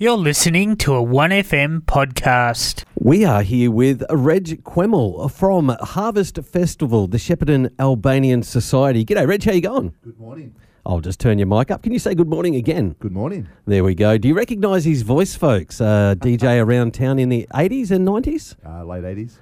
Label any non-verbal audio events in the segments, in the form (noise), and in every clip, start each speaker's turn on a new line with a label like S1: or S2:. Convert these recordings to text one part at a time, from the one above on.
S1: You're listening to a 1FM podcast.
S2: We are here with Reg Quemmel from Harvest Festival, the Shepparton Albanian Society. G'day, Reg. How you going?
S3: Good morning.
S2: I'll just turn your mic up. Can you say good morning again?
S3: Good morning.
S2: There we go. Do you recognise his voice, folks? Uh,
S3: (laughs)
S2: DJ around town in the 80s and 90s?
S3: Uh, late 80s.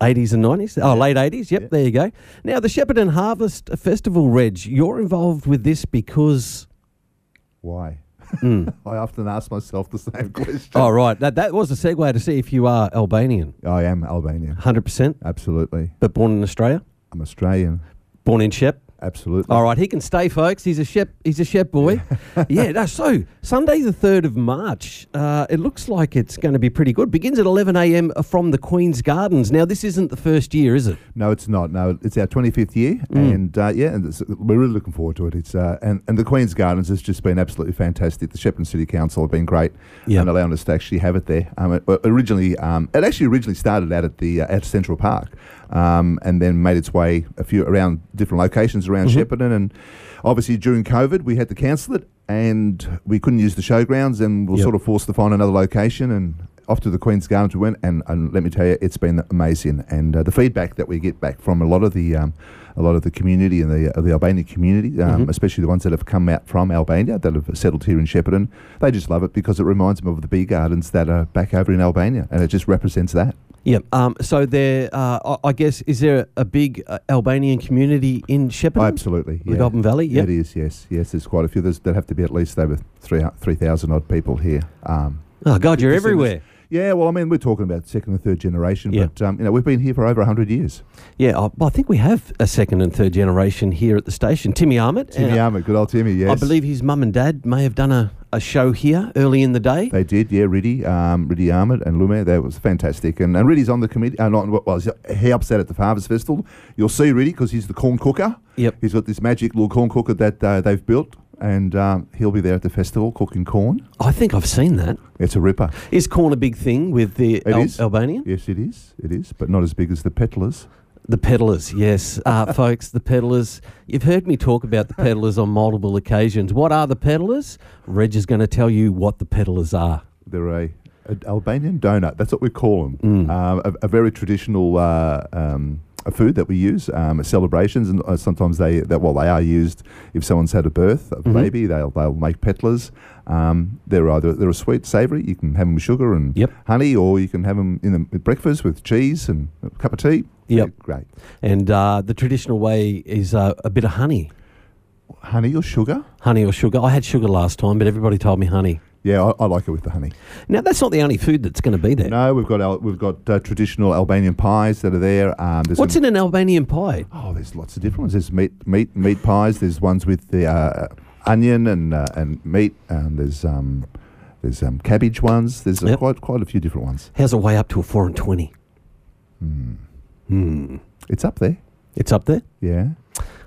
S2: 80s and 90s? Oh, late 80s. Yep,
S3: Yeah.
S2: there you go. Now, the Shepparton Harvest Festival, Reg, you're involved with this
S3: (laughs)
S2: because.
S3: Why? I often ask myself the same (laughs) question.
S2: Oh, right. That, that was a segue to see if you are Albanian.
S3: I am Albanian.
S2: 100%,
S3: Absolutely.
S2: but born in Australia,
S3: I'm Australian.
S2: born in Shep.
S3: Absolutely.
S2: All right, he can stay, folks. He's a shep. He's a shep boy. yeah. No, so Sunday, the third of March. Uh, it looks like it's going to be pretty good. Begins at eleven a.m. from the Queen's Gardens. Now, this isn't the first year, is it?
S3: No, it's not. No, it's our 25th year, and uh, yeah, and it's, we're really looking forward to it. It's uh, and and the Queen's Gardens has just been absolutely fantastic. The Shepparton City Council have been great,
S2: Yeah.
S3: and allowing us to actually have it there. Um, it, well, originally, um, it actually originally started out at the uh, at Central Park, um, and then made its way a few around different locations around Shepparton, and obviously during COVID, we had to cancel it, and we couldn't use the showgrounds, and we were
S2: Yep.
S3: sort of forced to find another location and off to the Queen's Gardens we went, and, and let me tell you, it's been amazing. And uh, the feedback that we get back from a lot of the um, a lot of the community and the uh, the Albanian community, um,
S2: Mm-hmm.
S3: especially the ones that have come out from Albania that have settled here in Shepparton, they just love it because it reminds them of the bee gardens that are back over in Albania, and it just represents that.
S2: Yep. Um, so there, uh, I- I guess, is there a big uh, Albanian community in Shepparton?
S3: Absolutely,
S2: The Goulburn Valley,
S3: Yeah,
S2: yep.
S3: It is, yes, yes. There's quite a few. There's, there'd have to be at least over three three thousand odd people here. Um,
S2: Oh God, you're
S3: Just in this-
S2: everywhere.
S3: Yeah, well, I mean, we're talking about second and third generation,
S2: Yeah.
S3: but um, you know, we've been here for over hundred years.
S2: Yeah. I, well, I think we have a second and third generation here at the station. Timmy Armit.
S3: Timmy
S2: uh,
S3: Armit, good old Timmy, yes.
S2: I believe his mum and dad may have done a, a show here early in the day.
S3: They did, yeah, Riddy, um, Riddy Armit and Lume. That was fantastic. And, and Riddy's on the committee. Uh, not, well, he's- he helps out at the Farmers Festival. You'll see Riddy because he's the corn cooker.
S2: Yep.
S3: He's got this magic little corn cooker that uh, they've built, and um, he'll be there at the festival cooking corn.
S2: I think I've seen that.
S3: It's a ripper.
S2: Is corn a big thing with the
S3: It
S2: Al-
S3: is.
S2: Albanian?
S3: Yes, it is. It is, but not as big as the peddlers.
S2: The peddlers,
S3: (laughs)
S2: yes. Uh, folks, the peddlers. You've heard me talk about the peddlers on multiple occasions. What are the peddlers? Reg is going to tell you what the peddlers are.
S3: They're a, an Albanian donut. That's what we call
S2: Mm.
S3: them. Um, a, a very traditional uh, um, a food that we use um, at celebrations, and uh, sometimes they that well they are used if someone's had a birth, a
S2: Mm-hmm.
S3: baby. They'll they'll make petlers. Um, they're either they're a sweet, savoury. You can have them with sugar and
S2: Yep.
S3: honey, or you can have them in the with breakfast with cheese and a cup of tea.
S2: Yep.
S3: They're great.
S2: And uh, the traditional way is uh, a bit of honey,
S3: Honey or sugar?
S2: honey or sugar. I had sugar last time, but everybody told me honey.
S3: Yeah, I, I like it with the honey.
S2: Now, that's not the only food that's going to be there.
S3: No, we've got our, we've got uh, traditional Albanian pies that are there. Um, there's
S2: What's
S3: some-
S2: in an Albanian pie?
S3: Oh, there's lots of different ones. There's meat, meat, meat pies. There's ones with the uh, onion and uh, and meat, and there's um, there's um, cabbage ones. There's uh,
S2: Yep.
S3: quite quite a few different ones. Hmm.
S2: How's it way up to a four and twenty? Hmm.
S3: It's up there.
S2: It's up there.
S3: Yeah.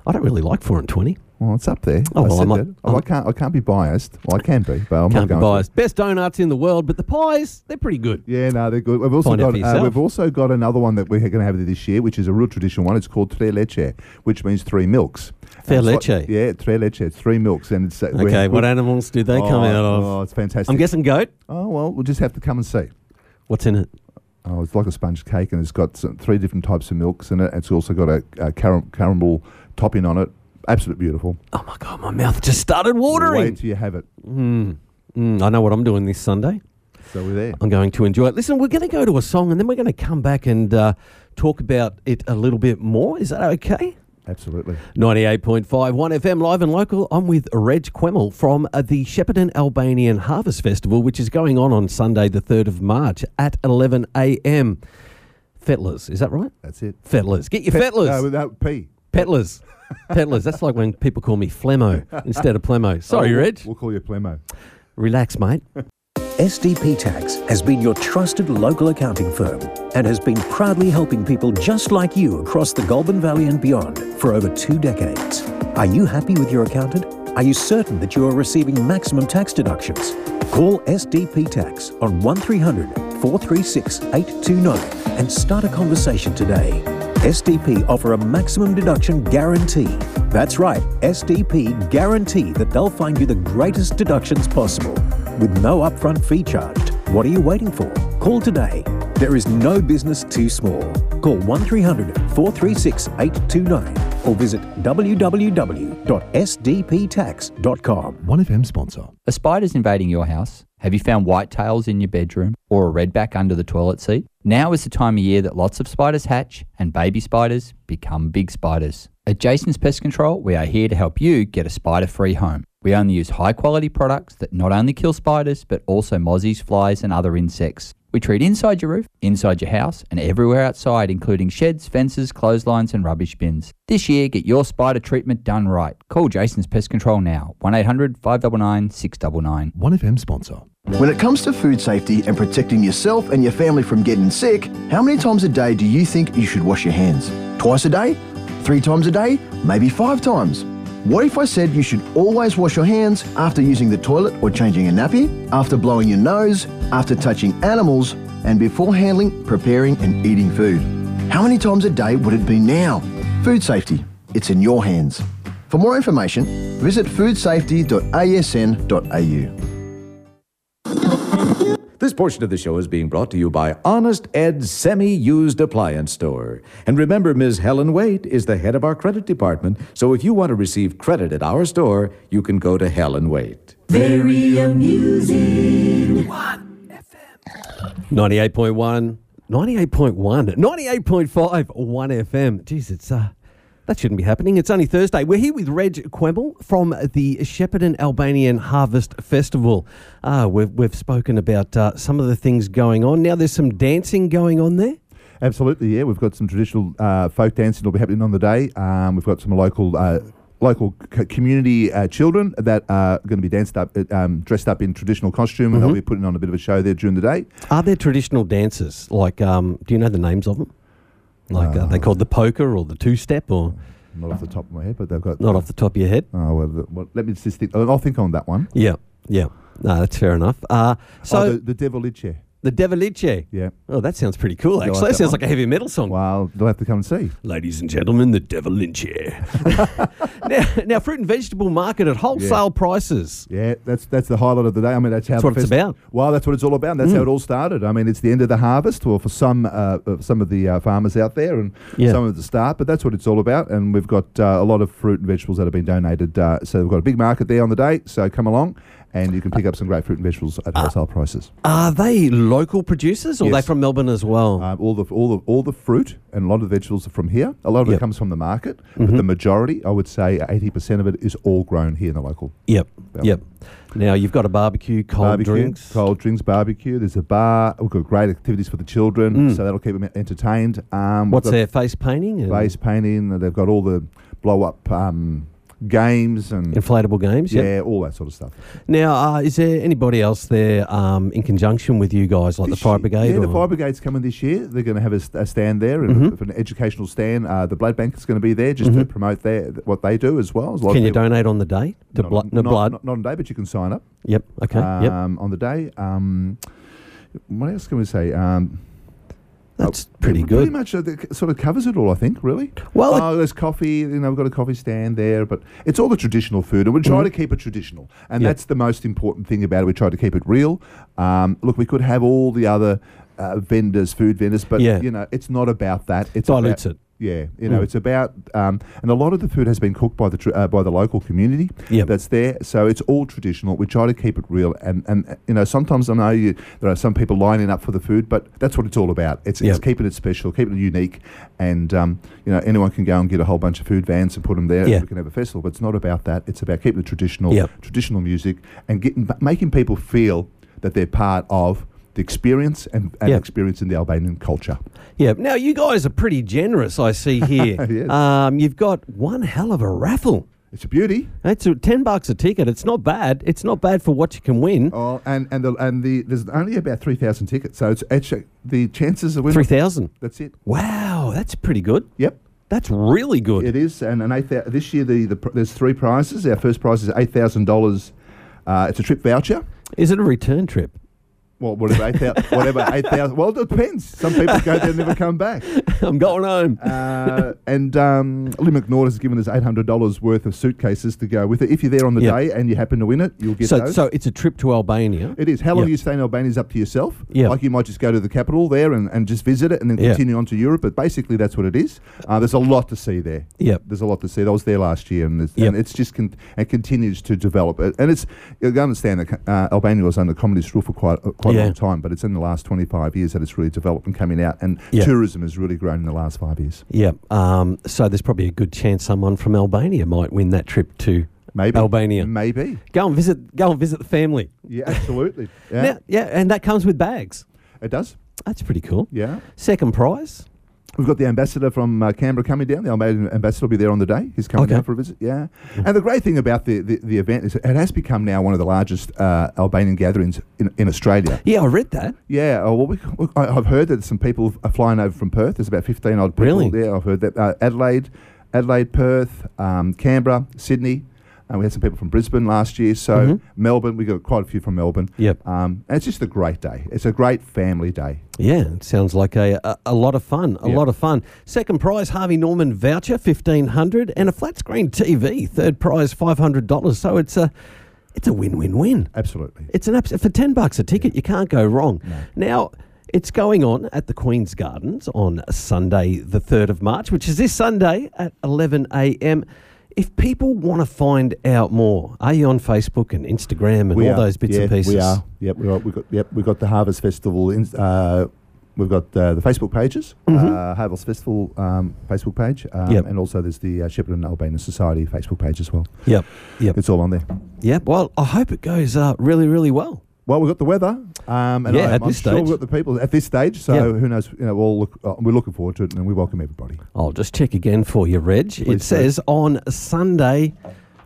S2: I don't really like four and twenty.
S3: Well, it's up there.
S2: Oh, well,
S3: I, said
S2: I'm not-
S3: that. Oh, I
S2: I'm-
S3: can't. I can't be biased. Well, I can be, but I'm
S2: Can't
S3: not
S2: be
S3: going to.
S2: biased. Best donuts in the world, but the pies they're pretty good.
S3: Yeah, no, they're good. We've also
S2: Find out for
S3: got uh,
S2: yourself.
S3: we've also got another one that we're going to have this year, which is a real traditional one. It's called Tre Leche, which means three milks.
S2: Tre
S3: And it's like-
S2: leche.
S3: yeah, Tre Leche. It's three milks, and it's uh, we're-
S2: Okay, what
S3: we're-
S2: animals do they come
S3: oh,
S2: out of?
S3: Oh, it's fantastic.
S2: I'm guessing goat.
S3: oh well, we'll just have to come and see.
S2: What's in it?
S3: Oh, it's like a sponge cake, and it's got some, three different types of milks in it. It's also got a, a caram- caramel topping on it. Absolutely beautiful.
S2: Oh my god, my mouth just started
S3: Wait
S2: watering.
S3: till you have it.
S2: Mm, mm, I know what I'm doing this Sunday.
S3: So we're there.
S2: I'm going to enjoy it. Listen, we're going to go to a song and then we're going to come back and uh, talk about it a little bit more. Is that okay?
S3: Absolutely.
S2: 98.5 1FM live and local. I'm with Reg Quemmel from uh, the Shepparton Albanian Harvest Festival, which is going on on Sunday, the 3rd of March at 11 a.m. Fettlers, is that right?
S3: That's it.
S2: Fettlers. Get your
S3: Pet-
S2: fettlers.
S3: No, without P. (laughs)
S2: Peddlers. Peddlers. That's like when people call me Flemo instead of Plemo. Sorry,
S3: Oh,
S2: Reg.
S3: We'll call you Plemo.
S2: Relax, mate.
S4: SDP Tax has been your trusted local accounting firm and has been proudly helping people just like you across the Goulburn Valley and beyond for over two decades. Are you happy with your accountant? Are you certain that you are receiving maximum tax deductions? Call SDP Tax on 1300 436 829 and start a conversation today. SDP offer a maximum deduction guarantee. That's right, SDP guarantee that they'll find you the greatest deductions possible. with no upfront fee charged. What are you waiting for? Call today. There is no business too small. Call 1300 436 829 or visit www.sdptax.com.
S5: 1FM sponsor.
S6: Are spiders invading your house? Have you found whitetails in your bedroom or a redback under the toilet seat? Now is the time of year that lots of spiders hatch and baby spiders become big spiders. At Jason's Pest Control, we are here to help you get a spider free home. We only use high quality products that not only kill spiders but also mozzies, flies, and other insects. We treat inside your roof, inside your house, and everywhere outside, including sheds, fences, clotheslines, and rubbish bins. This year, get your spider treatment done right. Call Jason's Pest Control now, 1800 599 699.
S5: 1FM sponsor.
S7: When it comes to food safety and protecting yourself and your family from getting sick, how many times a day do you think you should wash your hands? Twice a day? Three times a day? Maybe five times? What if I said you should always wash your hands after using the toilet or changing a nappy, after blowing your nose, after touching animals, and before handling, preparing, and eating food? How many times a day would it be now? Food safety. It's in your hands. For more information, visit foodsafety.asn.au.
S8: This portion of the show is being brought to you by Honest Ed's Semi Used Appliance Store. And remember, Ms. Helen Waite is the head of our credit department, so if you want to receive credit at our store, you can go to Helen Waite.
S2: 98.1, 98.1, 98.5, 1FM. Jeez, it's, uh, that shouldn't be happening. It's only Thursday. We're here with Reg Quemble from the Shepparton Albanian Harvest Festival. Ah, we've, we've spoken about uh, some of the things going on. Now there's some dancing going on there.
S3: Absolutely, yeah. We've got some traditional uh, folk dancing that'll be happening on the day. Um, we've got some local. Uh, Local c- community uh, children that are going to be danced up, uh, um, dressed up in traditional costume, and they'll
S2: Mm-hmm.
S3: be putting on a bit of a show there during the day.
S2: Are there traditional dances? Like, um, do you know the names of them? Like, are they called the poker or the two step or
S3: Not off the top of my head, but they've got.
S2: not off the top of your head?
S3: Oh, well, the- well, let me just think. Oh, I'll think on that one.
S2: Yeah, yeah. No, that's fair enough. Uh, so,
S3: oh,
S2: the,
S3: the, the Devilice.
S2: Deviliche.
S3: Yeah.
S2: Oh, that sounds pretty cool,
S3: like
S2: actually. that
S3: that
S2: sounds
S3: one?
S2: like a heavy metal song.
S3: Well, they'll have to come and see.
S2: Ladies and gentlemen, the devil in chair. (laughs) now, now, fruit and vegetable market at wholesale prices.
S3: Yeah, that's that's the highlight of the day. I mean, that's how
S2: That's
S3: the
S2: what it's
S3: fest-
S2: about. Mm.
S3: Well, that's what it's all about. That's how it all started. I mean, it's the end of the harvest, or for some uh, uh, some of the uh, farmers out there, and
S2: Yeah.
S3: some of the start. But that's what it's all about. And we've got uh, a lot of fruit and vegetables that have been donated. Uh, so we've got a big market there on the day. So come along, and you can pick up some great fruit and vegetables
S2: Ah.
S3: at wholesale prices.
S2: Are they local producers or are they
S3: Yes.
S2: from Melbourne as well?
S3: Um, all the all the all the fruit and a lot of the vegetables are from here. A lot
S2: Yep.
S3: of
S2: Mm-hmm.
S3: it comes from the market, but the majority, I would say, uh, eighty percent of it is all grown here in the local
S2: yep,
S3: yeah.
S2: yep. Now, you've got a barbecue, cold
S3: barbecue,
S2: drinks.
S3: cold drinks, barbecue. There's a bar. We've got great activities for the children, so that'll keep them entertained. Um, we've
S2: Mm. What's
S3: got
S2: their face painting? And
S3: Face painting. They've got all the blow up um, games and
S2: Inflatable games.
S3: yeah,
S2: Yep.
S3: all that sort of stuff.
S2: Now, uh, is there anybody else there um, in conjunction with you guys, like the
S3: This
S2: fire
S3: year-
S2: brigade?
S3: Yeah, the
S2: or- Mm-hmm.
S3: fire brigade's coming this year. They're going to have a, st- a stand there, and for an educational stand. Uh, the blood bank is going to be there just to promote their what they do as well. There's a lot of
S2: Can you
S3: people-
S2: donate on the day? The
S3: not,
S2: blood, the
S3: not-
S2: blood.
S3: Not, not on day, but you can sign up.
S2: yep. Okay. yep.
S3: um, On the day. Um, what else can we say? Um,
S2: That's pretty
S3: It
S2: good.
S3: Pretty much uh, the- sort of covers it all, I think, really.
S2: Well, it-
S3: oh, there's coffee, you know, we've got a coffee stand there, but it's all the traditional food, and we try to keep it traditional. And
S2: Mm-hmm. Yeah.
S3: that's the most important thing about it. We try to keep it real. Um, look, we could have all the other uh, vendors, food vendors, but,
S2: Yeah.
S3: you know, it's not about that. It's
S2: Dilutes
S3: about-
S2: it. Mm.
S3: Yeah, you know, it's about, um, and a lot of the food has been cooked by the tr- uh, by the local community
S2: Yep.
S3: that's there. So it's all traditional. We try to keep it real, and and uh, you know, sometimes I know you, there are some people lining up for the food, but that's what it's all about. It's,
S2: Yep.
S3: it's keeping it special, keeping it unique, and um, you know, anyone can go and get a whole bunch of food vans and put them there.
S2: Yeah.
S3: and We can have a festival, but it's not about that. It's about keeping the traditional
S2: Yep.
S3: traditional music and getting making people feel that they're part of. The experience and, and
S2: Yep.
S3: experience in the Albanian culture.
S2: Yeah. Now you guys are pretty generous, I see here.
S3: (laughs) Yes.
S2: um, you've got one hell of a raffle.
S3: It's a beauty.
S2: That's a, ten bucks a ticket. It's not bad. It's not bad for what you can win.
S3: Oh, and and the, and the there's only about three thousand tickets, so it's actually the chances of winning.
S2: Three thousand.
S3: That's it.
S2: Wow, that's pretty good.
S3: Yep.
S2: That's really good.
S3: It is, and, and eight thou- this year the, the pr- there's three prizes. Our first prize is eight thousand uh, dollars. It's a trip voucher.
S2: Is it a return trip? (laughs)
S3: Well, whatever eight thousand. whatever eight thousand. Well, it depends. Some people go there and never come back.
S2: I'm going home.
S3: Uh, and um, Lynn McNaught has given us eight hundred dollars worth of suitcases to go with it. If you're there on the
S2: Yep.
S3: day and you happen to win it, you'll get
S2: So,
S3: those.
S2: so it's a trip to Albania.
S3: it is. How long
S2: Yep.
S3: you stay in Albania is up to yourself.
S2: Yep.
S3: Like you might just go to the capital there and, and just visit it and then
S2: Yeah.
S3: continue on to Europe. But basically, that's what it is. Uh, there's a lot to see there.
S2: Yep.
S3: There's a lot to see. I was there last year, and it's,
S2: Yep.
S3: and it's just con- it continues to develop. It, and it's you'll understand that uh, Albania was under communist rule for quite uh, quite a
S2: Yeah.
S3: long time, but it's in the last 25 years that it's really developed and coming out. And
S2: Yeah.
S3: tourism has really grown in the last five years.
S2: Yeah. Um, so there's probably a good chance someone from Albania might win that trip to
S3: Maybe
S2: Albania.
S3: Maybe.
S2: Go and visit. Go and visit the family.
S3: Yeah,
S2: (laughs)
S3: absolutely. Yeah,
S2: Yeah. yeah, and that comes with bags.
S3: it does.
S2: That's pretty cool.
S3: Yeah,
S2: Second prize.
S3: we've got the ambassador from uh, Canberra coming down. The Albanian ambassador will be there on the day. He's coming
S2: Okay.
S3: down for a visit. Yeah, and the great thing about the, the, the event is it has become now one of the largest uh, Albanian gatherings in, in Australia.
S2: Yeah, I read that.
S3: Yeah, oh, well, we, we, I- I've heard that some people are flying over from Perth. There's about 15 odd people.
S2: Really?
S3: Yeah, I've heard that. Uh, Adelaide, Adelaide, Perth, um, Canberra, Sydney. Uh, we had some people from Brisbane last year. So Melbourne, we got quite a few from Melbourne.
S2: Mm-hmm. Yep.
S3: Um, and it's just a great day. It's a great family day.
S2: Yeah, it sounds like a, a, a lot of fun. A
S3: Yeah.
S2: lot of fun. Second prize, Harvey Norman voucher, fifteen hundred, and a flat screen TV. Third prize, five hundred dollars. So it's a it's a win win win.
S3: Absolutely.
S2: It's an abs- for ten bucks a ticket. You can't go wrong. Now it's going on at the Queen's Gardens on Sunday, the third of March, which is this Sunday at eleven a.m. If people want to find out more, are you on Facebook and Instagram and all
S3: are.
S2: those bits
S3: yeah,
S2: and pieces?
S3: We are. Yep. We are. We got. Yep. We got the Harvest Festival. In, uh, we've got uh, the Facebook pages, uh, Harvest Festival um, Facebook page, um,
S2: Mm-hmm. Yep.
S3: and also there's the uh, Shepherd and Albanian Society Facebook page as well.
S2: Yep. Yep.
S3: It's all on there.
S2: Yep. Well, I hope it goes uh, really, really well.
S3: Well, we've got the weather, um, and
S2: Yeah,
S3: I,
S2: at
S3: am
S2: this
S3: sure
S2: stage.
S3: we've got the people at this stage. So
S2: Yeah.
S3: who knows? You know, we'll look, uh, we're looking forward to it, and we welcome everybody.
S2: I'll just check again for you, Reg. it
S3: do.
S2: says on Sunday.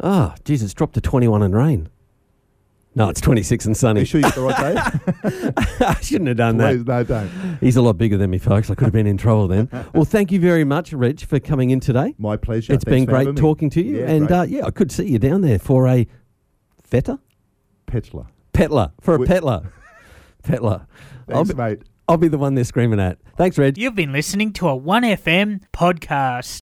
S2: Ah, geez, it's dropped to 21 and rain. No, it's 26 and
S3: Are
S2: sunny.
S3: you (laughs) sure you got the right
S2: (laughs)
S3: day?
S2: I shouldn't have done that.
S3: Please, no, don't.
S2: He's a lot bigger than me, folks. I could have been in trouble
S3: (laughs)
S2: then. Well, thank you very much, Reg, for coming in today.
S3: My pleasure.
S2: It's
S3: Thanks
S2: been
S3: for
S2: great
S3: having me.
S2: talking to you.
S3: Yeah,
S2: and
S3: great.
S2: uh, yeah, I could see you down there for a feta?
S3: Petler.
S2: Petler. For a
S3: We- (laughs)
S2: petler. petler. I'll
S3: Thanks,
S2: be,
S3: mate.
S2: I'll be the one they're screaming at. Thanks, Reg.
S1: You've been listening to a 1FM podcast.